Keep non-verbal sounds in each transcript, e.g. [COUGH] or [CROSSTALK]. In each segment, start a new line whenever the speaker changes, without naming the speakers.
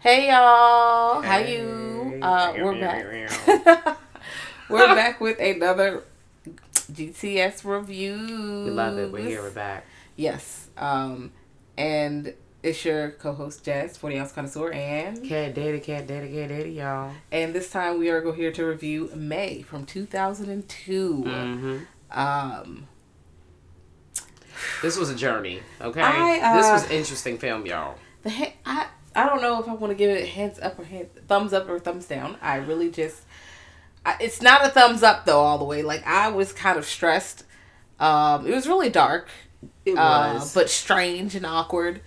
Hey y'all, how you? Uh, we're back. [LAUGHS] we're back with another GTS review.
We love it. We're here. We're back.
Yes, um, and it's your co-host Jess, Forty Ounce Connoisseur, and
Cat daddy, cat daddy, cat daddy, y'all.
and this time we are go here to review May from two thousand and two. Um,
This was a journey, okay?
I, uh,
this was interesting film, y'all.
the he- I I don't know if I want to give it hands up or hand, thumbs up or thumbs down. I really just I, it's not a thumbs up though all the way. Like I was kind of stressed. Um, it was really dark,
It
uh,
was.
but strange and awkward.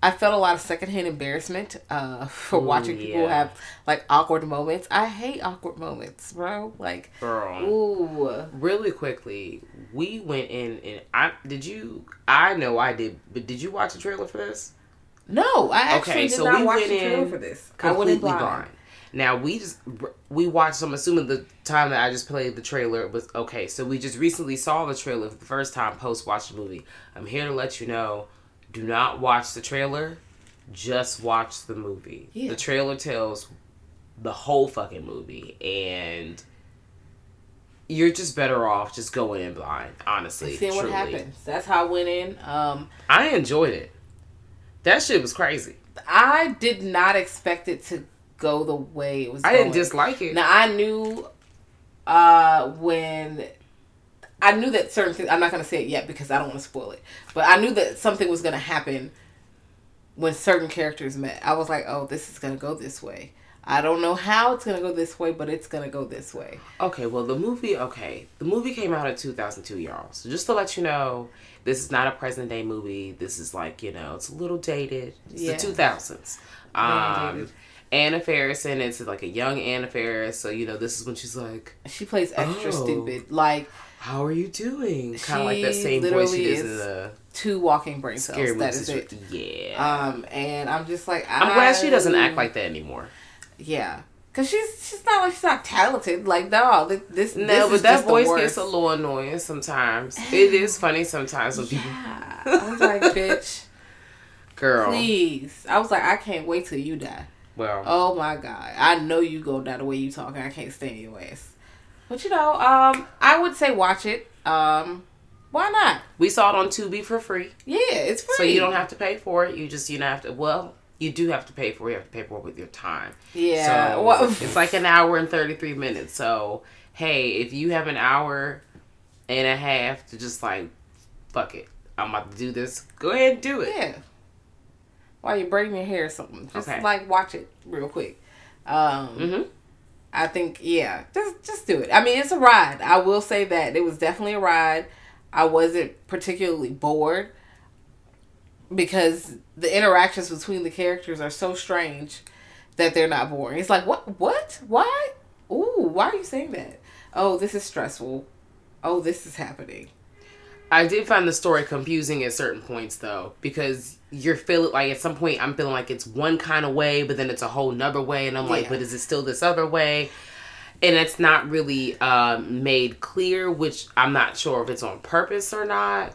I felt a lot of secondhand embarrassment uh, [LAUGHS] for watching people
yeah.
have like awkward moments. I hate awkward moments, bro. Like,
Girl.
ooh,
Really quickly, we went in and I did you I know I did, but did you watch the trailer for this?
no, I actually
Okay,
did
so
not
we
watch
went
the trailer
in
for this. I went in
Completely gone. Now we just we watched. So I'm assuming the time that I just played the trailer was okay. So we just recently saw the trailer for the first time post watch the movie. I'm here to let you know: do not watch the trailer. Just watch the movie.
Yeah.
The trailer tells the whole fucking movie, and you're just better off just going in blind. Honestly,
Seeing what
truly.
happens. That's how I went in. Um,
I enjoyed it. That shit was crazy.
I did not expect it to go the way it was.
I didn't
going.
dislike it.
Now I knew uh when I knew that certain things. I'm not gonna say it yet because I don't want to spoil it. But I knew that something was gonna happen when certain characters met. I was like, oh, this is gonna go this way. I don't know how it's gonna go this way, but it's gonna go this way.
Okay, well, the movie, okay. The movie came out in 2002, y'all. So just to let you know, this is not a present day movie. This is like, you know, it's a little dated. It's
Yeah.
the 2000s. Um, Anna Faris in it's like a young Anna Faris. So, you know, this is when she's like,
She plays extra
Oh.
stupid, like
How are you doing? Kind of like that
She
same voice
literally
she does in
is
the
two walking brain cells.
scary movie
that is it.
situation. Yeah.
Um, and I'm just like, I,
I'm glad she doesn't act like that anymore.
Yeah, cause she's she's not like she's not talented. Like no, thi- this
No,
this
but
is
that
just the
voice
worst.
gets a little
[SIGHS]
annoying sometimes. it is funny sometimes when people,
Yeah. I was
[LAUGHS]
like, bitch,
girl.
please. I was like, I can't wait till you die.
Well,
Oh my god, I know you gonna die the way you talking. I can't stand your ass. But you know, um, I would say watch it. Um, why not?
we saw it on Tubi for free.
Yeah, it's free.
So you don't have to pay for it. You just you don't have to. Well, you do have to pay for. it. You have to pay for it with your time.
Yeah,
So
well-
it's like an hour and thirty three minutes. So hey, if you have an hour and a half to just like fuck it, I'm about to do this. Go ahead and do it.
Yeah. While you're braiding your hair or something, just
Okay.
like watch it real quick. Um,
Mm-hmm.
I think yeah, just just do it. I mean, it's a ride. I will say that it was definitely a ride. I wasn't particularly bored because the interactions between the characters are so strange that they're not boring. It's like what what why ooh why are you saying that? Oh, this is stressful. Oh, this is happening.
I did find the story confusing at certain points though, because you're feeling like at some point I'm feeling like it's one kind of way, but then it's a whole nother way, and I'm like,
Yeah.
but is it still this other way? and it's not really um, made clear, which I'm not sure if it's on purpose or not,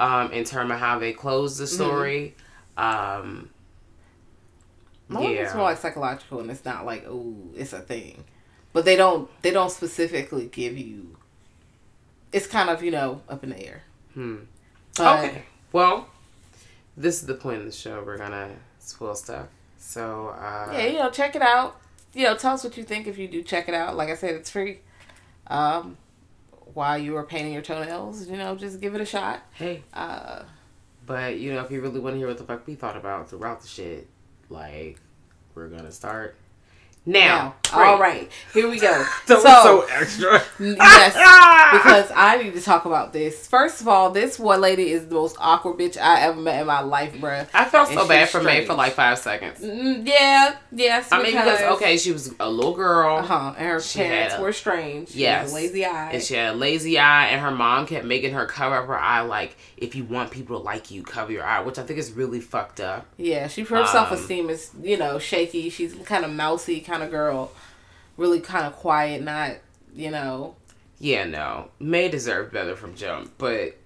um, in terms of how they close
Mm-hmm.
the story. Um,
My one
Yeah.
it's more like psychological, and it's not like oh, it's a thing. But they don't they don't specifically give you. It's kind of you know up in the air. Hmm. But
okay, well, this is the point of the show. We're gonna spoil stuff. So uh,
Yeah, you know, check it out. You know, tell us what you think if you do check it out. Like I said, it's free. Um, while you were painting your toenails, you know, just give it a shot.
hey,
Uh,
but you know, if you really want to hear what the fuck we thought about throughout the shit, like we're gonna start now.
now, all right, here we go.
That was Oh, [LAUGHS] so Ah! extra. [LAUGHS]
yes, because I need to talk about this. First of all, this one lady is the most awkward bitch I ever met in my life, bruh.
I felt
And
so bad
she's
for May for
strange.
like five seconds.
Mm, yeah, yes.
I mean, because okay, she was a little girl,
uh huh, and her
She had
parents
a-
were strange. She
Yes.
was a lazy eye.
and she had a lazy eye, and her mom kept making her cover up her eye, like if you want people to like you, cover your eye, which I think is really fucked up.
Yeah, she
um,
her self esteem is you know shaky. She's kind of mousy kind of girl, really kind of quiet, not you know.
Yeah, no, May deserved better from jump, but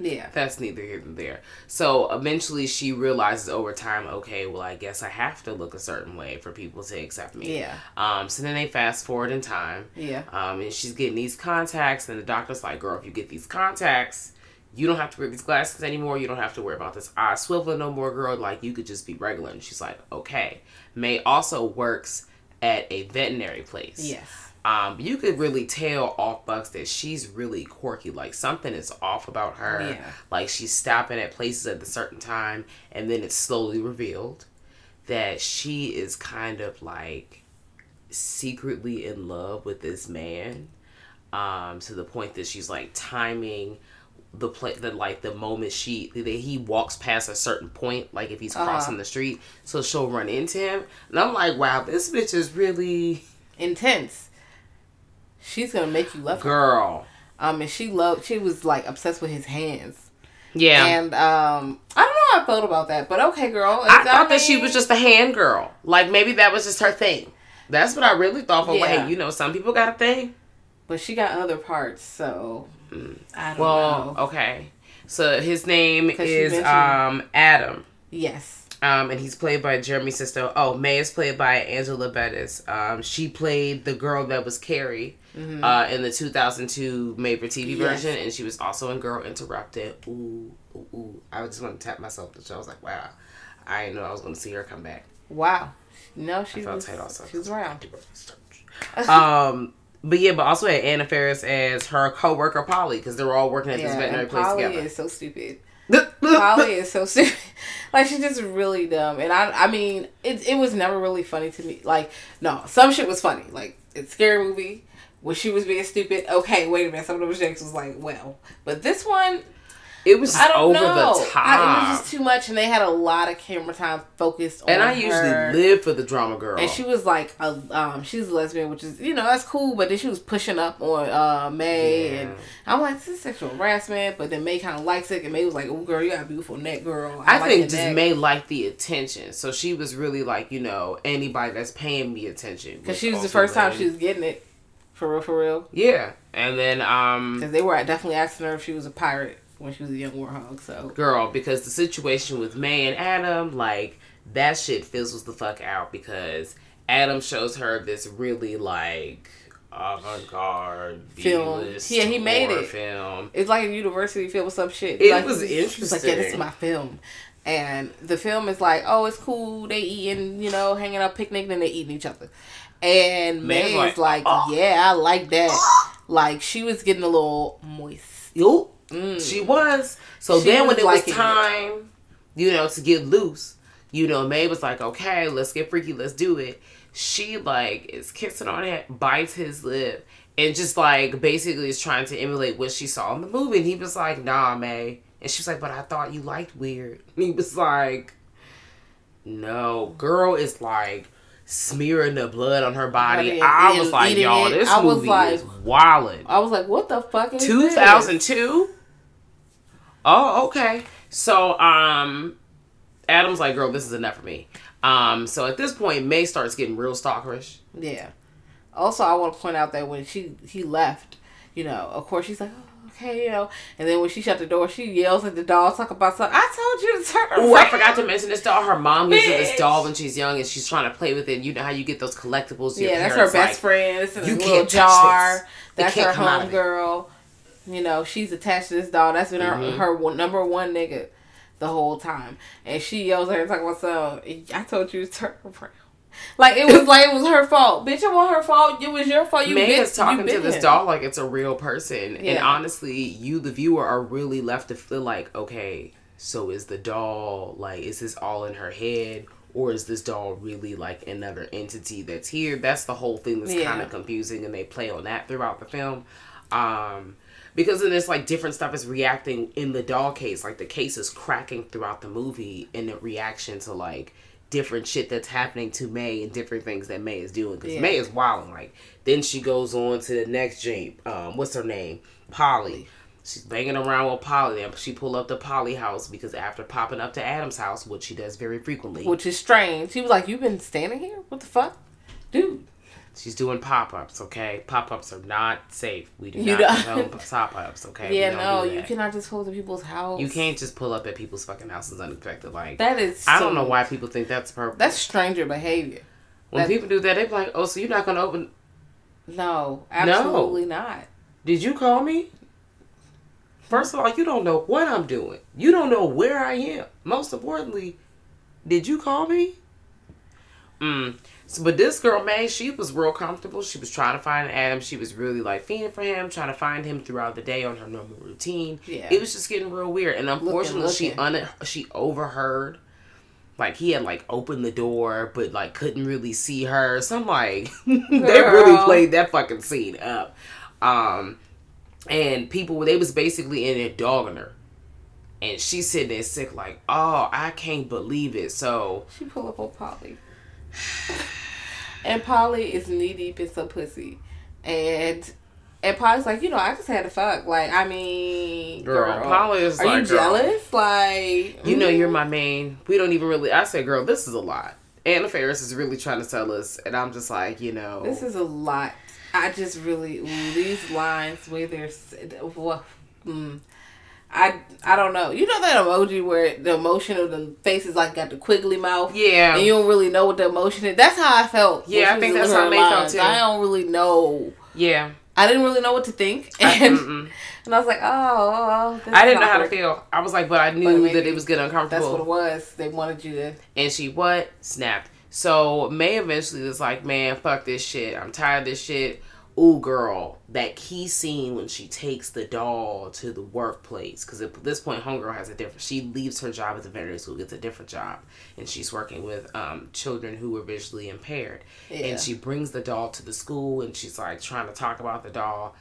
Yeah,
that's neither here nor there. So eventually, she realizes over time, okay, well, I guess I have to look a certain way for people to accept me.
Yeah.
Um. So then they fast forward in time.
yeah,
Um, and she's getting these contacts, and the doctor's like, "Girl, if you get these contacts, you don't have to wear these glasses anymore. You don't have to worry about this eye swiveling no more, girl. Like you could just be regular." And she's like, "Okay." May also works at a veterinary place.
yes,
Um, you could really tell off Bucks that she's really quirky. Like something is off about her.
Yeah.
Like she's stopping at places at a certain time, and then it's slowly revealed that she is kind of like secretly in love with this man. Um, to the point that she's like timing the play the like the moment she that he walks past a certain point, like if he's crossing the street, so she'll run into him. And I'm like, wow, this bitch is really
intense. She's gonna make you love her.
girl.
Um, and she loved. She was like obsessed with his hands.
Yeah.
And um, I don't know how I felt about that, but okay, girl.
I
It's-
thought that she
mean,
was just a hand girl. Like maybe that was just her thing. That's what I really thought. But
Yeah.
hey, you know, some people got a thing.
but she got other parts, so I don't
Mm. Well,
know.
okay. So his name
'Cause she
is
mentioned-
um Adam.
Yes,
Um, and he's played by Jeremy Sisto. Oh, May is played by Angela Bettis. Um, she played the girl that was Carrie uh, in the 2002 made for TV
Mm-hmm. Yes.
version, and she was also in Girl Interrupted. Ooh, ooh, ooh. I just want to tap myself. on the shoulder. I was like, wow, I didn't know I was going to see her come back.
wow. No, she
felt
was.
tight also.
She was around.
[LAUGHS] um, but yeah, but also had Anna Ferris as her coworker Polly because they were all working at this
Yeah,
veterinary
and
place
Polly
together.
is so
[LAUGHS]
stupid. Polly is so stupid. [LAUGHS] Like she's just really dumb, and I I mean it it was never really funny to me. Like no, some shit was funny. Like it's scary movie when she was being stupid. Okay, wait a minute. Some of those jokes was like well, but this one
it was just
I don't
over
know.
the top,
I, it was just too much, and they had a lot of camera time focused.
and
on
I usually
her.
live for the drama girl.
And she was like a um, she's a lesbian, which is you know that's cool, but then she was pushing up on uh May,
Yeah.
and I'm like this is sexual harassment. But then May kind of likes it, and May was like, "Oh girl, you got a beautiful neck, girl."
I,
like
think
your
just
neck."
May liked the attention, so she was really like, you know, anybody that's paying me attention.
because she was the first time she was getting it for real, for real.
yeah. And then um,
Because they were definitely asking her if she was a pirate when she was a young warhog. So
girl because the situation with May and Adam, like that shit fizzles the fuck out because Adam shows her this really like avant-garde
Film.
B-list
Yeah, he made
horror
it.
Film.
it's like a university film or some shit.
It
like,
was
she was like, yeah, this is
interesting.
my film. And the film is like, oh, it's cool. They eating, you know, hanging out, picnicking, and they eating each other. And
Man's
May
like, "Ah."
is like, yeah, I like that. like she was getting a little moist.
Yo, she was. So
Mm. She
then
was
when it was
liking it.
time, you know, to get loose, you know, May was like, okay, let's get freaky, let's do it. She like is kissing on it, bites his lip, and just like basically is trying to emulate what she saw in the movie. And he was like, nah, May. And she was like, but I thought you liked weird. [LAUGHS] And he was like, no, girl is like smearing the blood on her body.
Eating-
I was like,
eating
y'all,
it.
this
I was
movie is
like-
wildin'.
I was like, what the fuck is this?
2002 oh okay so um adam's like girl this is enough for me um so at this point may starts getting real stalkerish
Yeah. Also, I want to point out that when she he left, you know, of course she's like, oh, okay, you know, and then when she shut the door, she yells at the doll, talk about something. I told you to turn
Oh,
around.
I forgot to mention this doll. Her mom gives her this
Bitch.
doll when she's young, and she's trying to play with it. You know how you get those collectibles? your
Yeah, that's her
parents
best
like,
friend. It's in
"You
a little
can't touch this.
jar.
It
That's
can't
her
come out of it."
homegirl. You know, she's attached to this doll. That's been
Mm-hmm.
her, her one, number one nigga the whole time. And she yells at her and talking about something. I told you to turn [LAUGHS] around. Like it was like it was her fault, bitch. It wasn't her fault. It was your fault. You
Meg
bit-
is talking
you
to
bit
this
him.
doll like it's a real person. And
Yeah.
honestly, you, the viewer, are really left to feel like, okay, so is the doll, like, is this all in her head? Or is this doll really like another entity that's here? That's the whole thing that's
Yeah.
kind of confusing, and they play on that throughout the film. Um, because then it's like different stuff is reacting in the doll case. Like the case is cracking throughout the movie in the reaction to like different shit that's happening to May and different things that May is doing. Because
Yeah.
May is wilding. Like then she goes on to the next Jane. Um, what's her name? Polly. She's banging around with Polly. And she pull up to Polly house because after popping up to Adam's house, which she does very frequently,
which is strange. She was like, "You've been standing here. What the fuck, dude?
she's doing pop ups. Okay, pop ups are not safe. We do
You
not
don't-
condone
[LAUGHS]
pop ups. Okay, We
Yeah,
don't
no,
do
you
that.
cannot just go to people's house.
You can't just pull up at people's fucking houses unexpected. Like
That is.
I don't
so-
know why people think that's perfect.
That's stranger behavior.
when
that-
people do that, they be like, "Oh, so you're not gonna open?
No, absolutely not.
Did you call me?" First of all, you don't know what I'm doing. You don't know where I am. Most importantly, did you call me? Mm. So, but this girl, man, she was real comfortable. She was trying to find Adam. She was really like fiending for him, trying to find him throughout the day on her normal routine.
Yeah.
It was just getting real weird. And unfortunately, she un- she overheard. Like he had like opened the door, but like couldn't really see her. So I'm like, [LAUGHS] they really
Girl.
played that fucking scene up. Um, and people they was basically in there dogging her, and she sitting there sick like, oh, I can't believe it. So
She pull up on Polly. and Polly is knee deep in some pussy. And and Polly's like, you know, I just had to fuck. Like, I mean
Girl, Polly is
Are
like,
you
girl.
jealous? Like
You know, you're my main. We don't even really. I said, girl, this is a lot. Anna Ferris is really trying to tell us, and I'm just like, you know,
This is a lot. I just really ooh, these lines where there's well, mm, I I don't know. You know that emoji where the emotion of the face is like got the quiggly mouth.
Yeah.
and you don't really know what the emotion is. That's how I felt. when
Yeah,
she
I
was
think that's
delivering
how May felt,
lines.
too.
I don't really know.
yeah.
I didn't really know what to [LAUGHS] think, and and I was like, oh, oh, oh
I didn't know how to feel. I was like, but I knew
maybe
that it was getting
That's
uncomfortable.
what it was. They wanted you to.
and she what snapped. So May eventually was like, "Man, fuck this shit. I'm tired of this shit." Ooh, girl, that key scene when she takes the doll to the workplace because at this point, homegirl has a different. She leaves her job at the veterinary school, gets a different job, and she's working with um, children who are visually impaired.
Yeah.
And she brings the doll to the school, and she's like trying to talk about the doll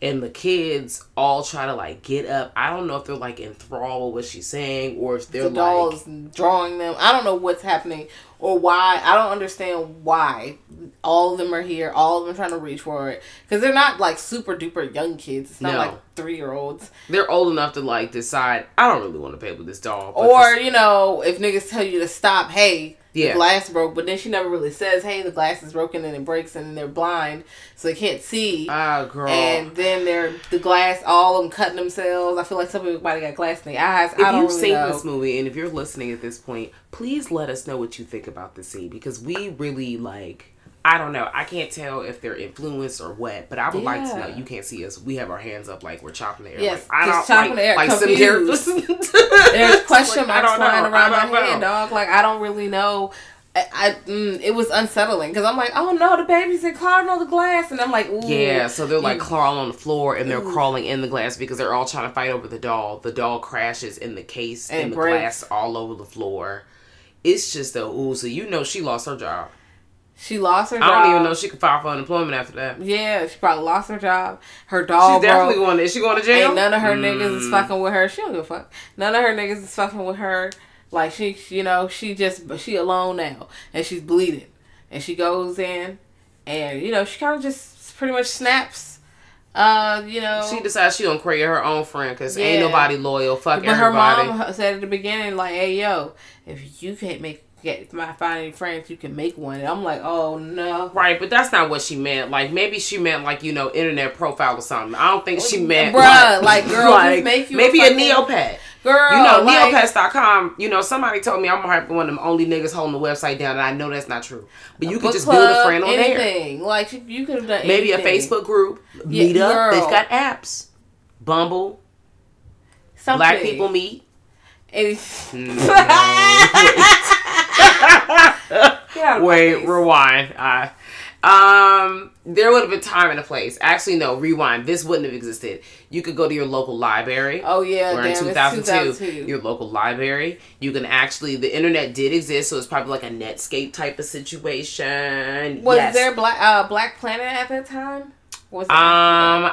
and the kids all try to like get up. I don't know if they're like enthralled with what she's saying or if they're
the
like
dolls drawing them. I don't know what's happening or why. I don't understand why all of them are here. All of them trying to reach for it because they're not like super duper young kids. It's not
No.
like three year olds
they're old enough to like decide I don't really want to play with this doll. but
or
this-
you know if niggas tell you to stop. Hey.
Yeah.
The glass broke, but then she never really says, "Hey, the glass is broken and it breaks, and then they're blind, so they can't see."
ah girl,
and then they're the glass, all of them cutting themselves. I feel like somebody got glass in their eyes. I
if
don't
you've
really
seen
know.
this movie and if you're listening at this point, please let us know what you think about the scene because we really like. I don't know. I can't tell if they're influenced or what, but I would like to
Yeah.
know. You can't see us. We have our hands up like we're chopping the air.
Yes,
like, I
just
don't
chopping
like,
the air,
like some
confused.
[LAUGHS] characters.
There's question
Like, I
marks
don't know.
flying
I
around
don't
my head,
know.
dog. Like I don't really know. I, I mm, it was unsettling because I'm like, oh no, the baby's in clown on the glass, and I'm like, ooh,
Yeah, so they're like crawling on the floor and
Mm.
they're crawling in the glass because they're all trying to fight over the doll. The doll crashes in the case
And
and, the
breaks.
glass all over the floor. It's just a ooh, so you know she lost her job.
She lost her.
I don't
job.
even know she could file for unemployment after that. She's
Yeah, she probably lost her job. Her dog
definitely
broke.
going. Is she going to jail?
Ain't none of her niggas
Mm.
is fucking with her. She don't give a fuck. None of her niggas is fucking with her. Like she, you know, she just but she alone now, and she's bleeding, and she goes in, and you know, she kind of just pretty much snaps. Uh, you know,
She decides she gonna create her own friend because ain't
Yeah.
nobody loyal. Fuck
But her
everybody.
mom said at the beginning, like, "Hey, yo, if you can't make get my finding friends, you can make one. And I'm like, oh no.
Right, but that's not what she meant. Like maybe she meant like you know internet profile or something. I don't think she meant
Bruh, like,
[LAUGHS]
girl, just make you a
maybe a,
fucking-
neopet.
Girl,
you know,
like-
neopets.com, you know, somebody told me I'm probably one of them only niggas holding the website down, and I know that's not true. But you can
Book
just
club,
build a friend on there.
anything. Like you, could have done
Maybe a
anything.
Facebook group,
Yeah,
meet Meetup.
girl.
They've got apps. Bumble,
Something.
Black People Meet.
Any- Get out of my
Wait,
face.
rewind. I, um, there would have been time and a place. Actually, no, rewind. This wouldn't have existed. You could go to your local library.
Oh, yeah,
we're
damn,
in
it's
two thousand
2002.
two. Your local library. You can actually. The internet did exist, so it's probably like a Netscape type of situation.
Was
Yes.
there black uh, Black Planet at that time? Was it?
Um,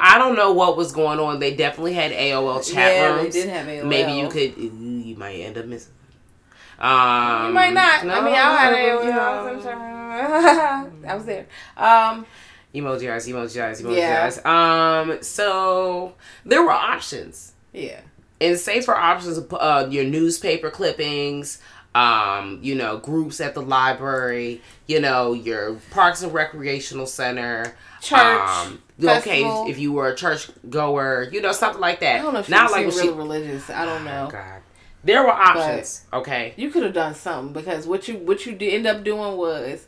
I don't know what was going on. They definitely had AOL chat
Yeah, they
rooms.
did have AOL.
Maybe you could. You might end up missing. Um,
you might not. I mean, I had it.
you
when I was in
know.
China. [LAUGHS] I was there. Um,
Emoji eyes, emoji eyes, emoji
Yeah.
eyes. Um, so there were options.
yeah.
And safer options, uh, your newspaper clippings, um, you know, groups at the library, you know, your parks and recreational center,
Church, festival.
okay, if you were a church goer, you know, something like that.
I don't know if she
Not
was
like
like really
what she, Ah, Oh,
religious. I don't know.
God, there were options. okay,
You could have done something because what you what you did end up doing was,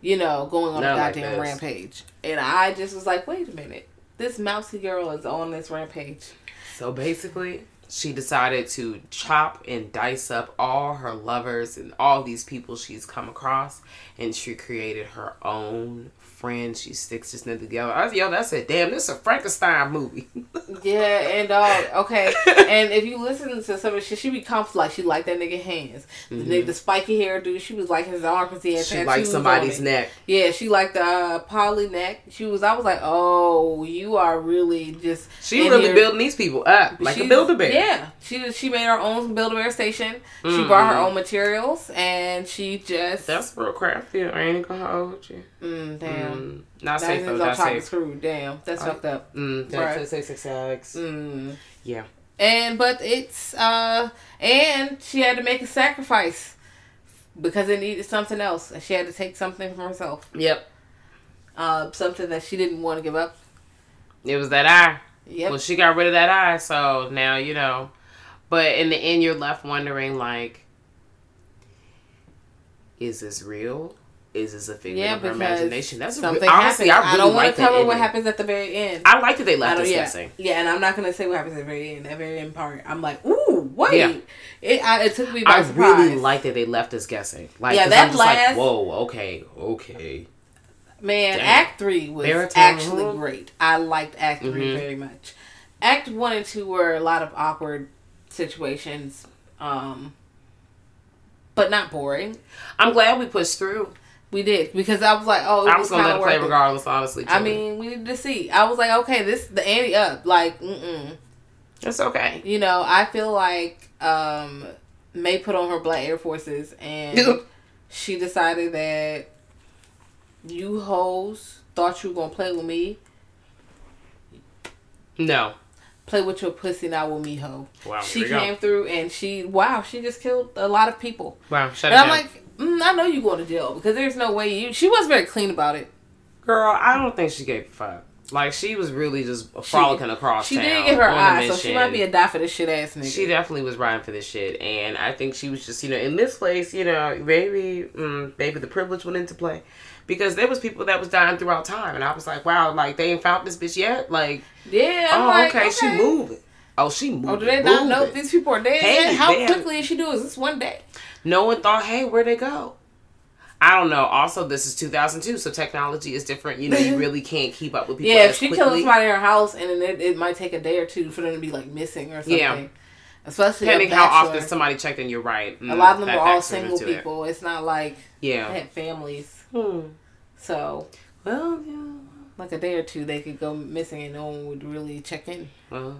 you know, going on
Not
a
like
goddamn
this.
rampage. And I just was like, wait a minute, this mousy girl is on this rampage.
so basically. She decided to chop and dice up all her lovers and all these people she's come across, and she created her own friend. She sticks this nigga together. I, yo, that's it. Damn, this is a Frankenstein
[LAUGHS]
movie.
Yeah, and dog,
[LAUGHS]
okay. and if you listen to some of the shit, she be complex. Like she liked that nigga hands. The nigga, the spiky hair dude, she was like his arm because he had
Mm-hmm. she
tattoos
likes
on
somebody's
it.
neck.
Yeah, she liked the uh, poly neck. She was. I was like, oh, you are really just.
She
in
really
here-
building these people up like a
She's-
builder bear.
Yeah, she she made her own build a bear station. She brought her own materials, and she just
Mm-hmm. That's real crafty. I ain't gonna hold you.
mm, damn.
Mm, not
That
safe
is
though.
on
Not
top of the
safe.
screw. Damn, that's fucked up.
Mm,
Right.
that's safe, safe, safe, safe.
Mm.
Yeah.
and but it's uh and she had to make a sacrifice because it needed something else and she had to take something from herself
Yep.
uh something that she didn't want to give up
It was that eye.
yep
Well, she got rid of that eye, so now you know. But in the end, you're left wondering like, is this real? Is this a figment
yeah
of her
because
imagination? That's a
something
re- honestly,
happened.
I
I,
really
don't
like
want to cover what
ending.
happens at the very end
I like that they
I
left
don't,
us
yeah,
missing.
yeah, and I'm not gonna say what happens at the very end. That very end part, I'm like, ooh, wait,
Yeah.
it, I, it took me by
I
surprise.
really like that they left us guessing. Like,
Yeah,
'cause
that
I'm just
last-
like, whoa, okay, okay.
Man,
Damn.
Act Three was
Baritone.
actually great. I liked Act 3
Mm-hmm.
very much. Act One and Two were a lot of awkward situations, um, but not boring.
I'm glad we pushed through.
We did because I was like, oh, it
I
was
was gonna let
kind
it
of
play
worth it.
regardless, honestly.
I
too.
mean, we need to see. I was like, okay, this the ante up. Like, mm-mm.
it's okay.
you know, I feel like um, May put on her black Air Forces and
[LAUGHS] Yep.
she decided that you hoes thought you were gonna play with me.
No,
play with your pussy not with me ho
Wow,
she
here we go.
came through and she wow she just killed a lot of people
wow, shut
and
it
i'm
down,
like mm, i know you going to jail because there's no way you she was very clean about it
girl. I don't think she gave a fuck. Like she was really just frolicking across.
she
town
did get her
on a
eyes so she
mission.
might be a die for this shit ass nigga
She definitely was riding for this shit, and I think she was just, you know, in this place, you know, maybe, mm, maybe the privilege went into play, because there was people that was dying throughout time, and I was like, wow, like they ain't found this bitch yet, like,
yeah I'm
oh,
like,
okay, she moving, oh, she moving,
oh do they not know if
moving.
these people are dead
Hey,
yet? how
damn.
quickly did she do is this one day
No one thought, hey, where'd they go? I don't know. Also, this is 2002, so technology is different. You
[LAUGHS]
know, you really can't keep up with people.
yeah
as
if she
quickly.
kills somebody in her house and then it, it might take a day or two for them to be like missing or something
Yeah.
especially a
depending how
bachelor.
often somebody checked in, you're right.
a
Mm,
lot of them
that
were all
factors
single
into it.
people it's not like they
Yeah.
had families
Hmm.
so
Well, yeah.
like a day or two they could go missing and no one would really check in.
Well,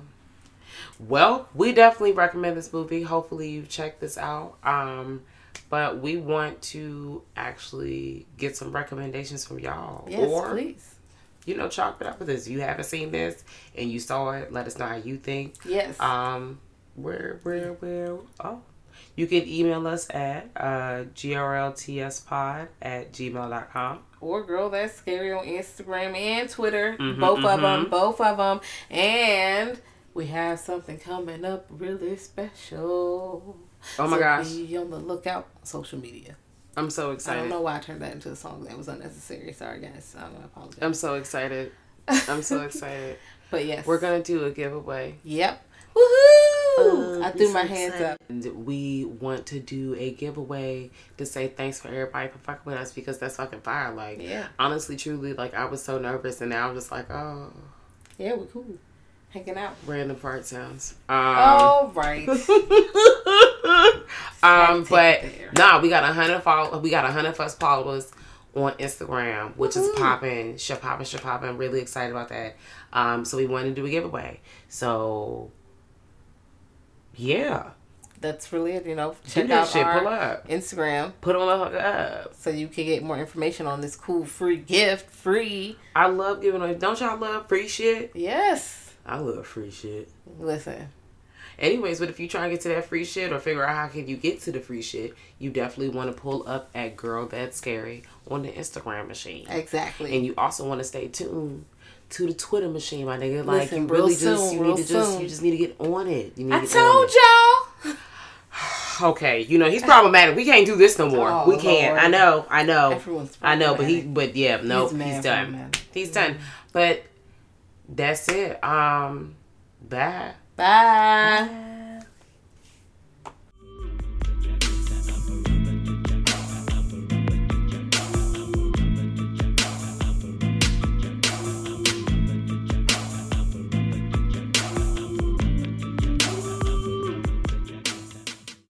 well, we definitely recommend this movie. Hopefully, you've checked this out. Um, but we want to actually get some recommendations from y'all.
Yes,
or,
please.
you know, chalk it up with this. If you haven't seen this and you saw it, let us know how you think.
Yes.
Um, where, where, where? Oh, You can email us at uh, grltspod at gmail.com.
Or girl, that's scary on Instagram and Twitter.
Mm-hmm,
both of them. Both of them. And we have something coming up really special.
Oh my
So
gosh.
Be on the lookout. Social media.
I'm so
I don't
excited.
know why I turned that into a song. That was unnecessary. Sorry, guys. I'm gonna apologize.
I'm so excited.
[LAUGHS]
I'm so excited.
but yes,
We're going to do a giveaway.
Yep. Woohoo!
Oh,
I
be
threw
so
my hands
excited.
up.
And we want to do a giveaway to say thanks for everybody for fucking with us because that's fucking fire. Like,
Yeah.
honestly, truly, like, I was so nervous and now I'm just like, oh,
Yeah, we're cool. Hanging out.
random fart sounds. Um,
All
[LAUGHS]
right.
um, but
take it there.
nah, we got a hundred follow. We got a hundred plus followers on Instagram, which is popping, shit popping, shit popping. I'm really excited about that. Um, so we wanted to do a giveaway. So, yeah,
That's really it. You know,
do
check
that
out
shit.
our
Pull up,
Instagram
put on a uh, hook up.
so you can get more information on this cool free gift. Free.
I love giving. away- Don't y'all love free shit?
Yes.
I love free shit.
Listen.
Anyways, but if you try and get to that free shit or figure out how can you get to the free shit, you definitely want to pull up at Girl That's Scary on the Instagram machine.
Exactly.
And you also want to stay tuned to the Twitter machine, my nigga. Like
Listen,
you really
real
just
soon,
you
real
need to just
soon.
you just need to get on it. You need
I
to get on
told
it.
y'all.
Okay, you know he's problematic. We can't do this no more.
Oh,
we can't.
Lord.
I know. I know.
Everyone's
I know. But he.
problematic.
But yeah. No.
He's
He's,
mad
done.
problematic.
He's done. But that's it. Um. Bye.
Bye.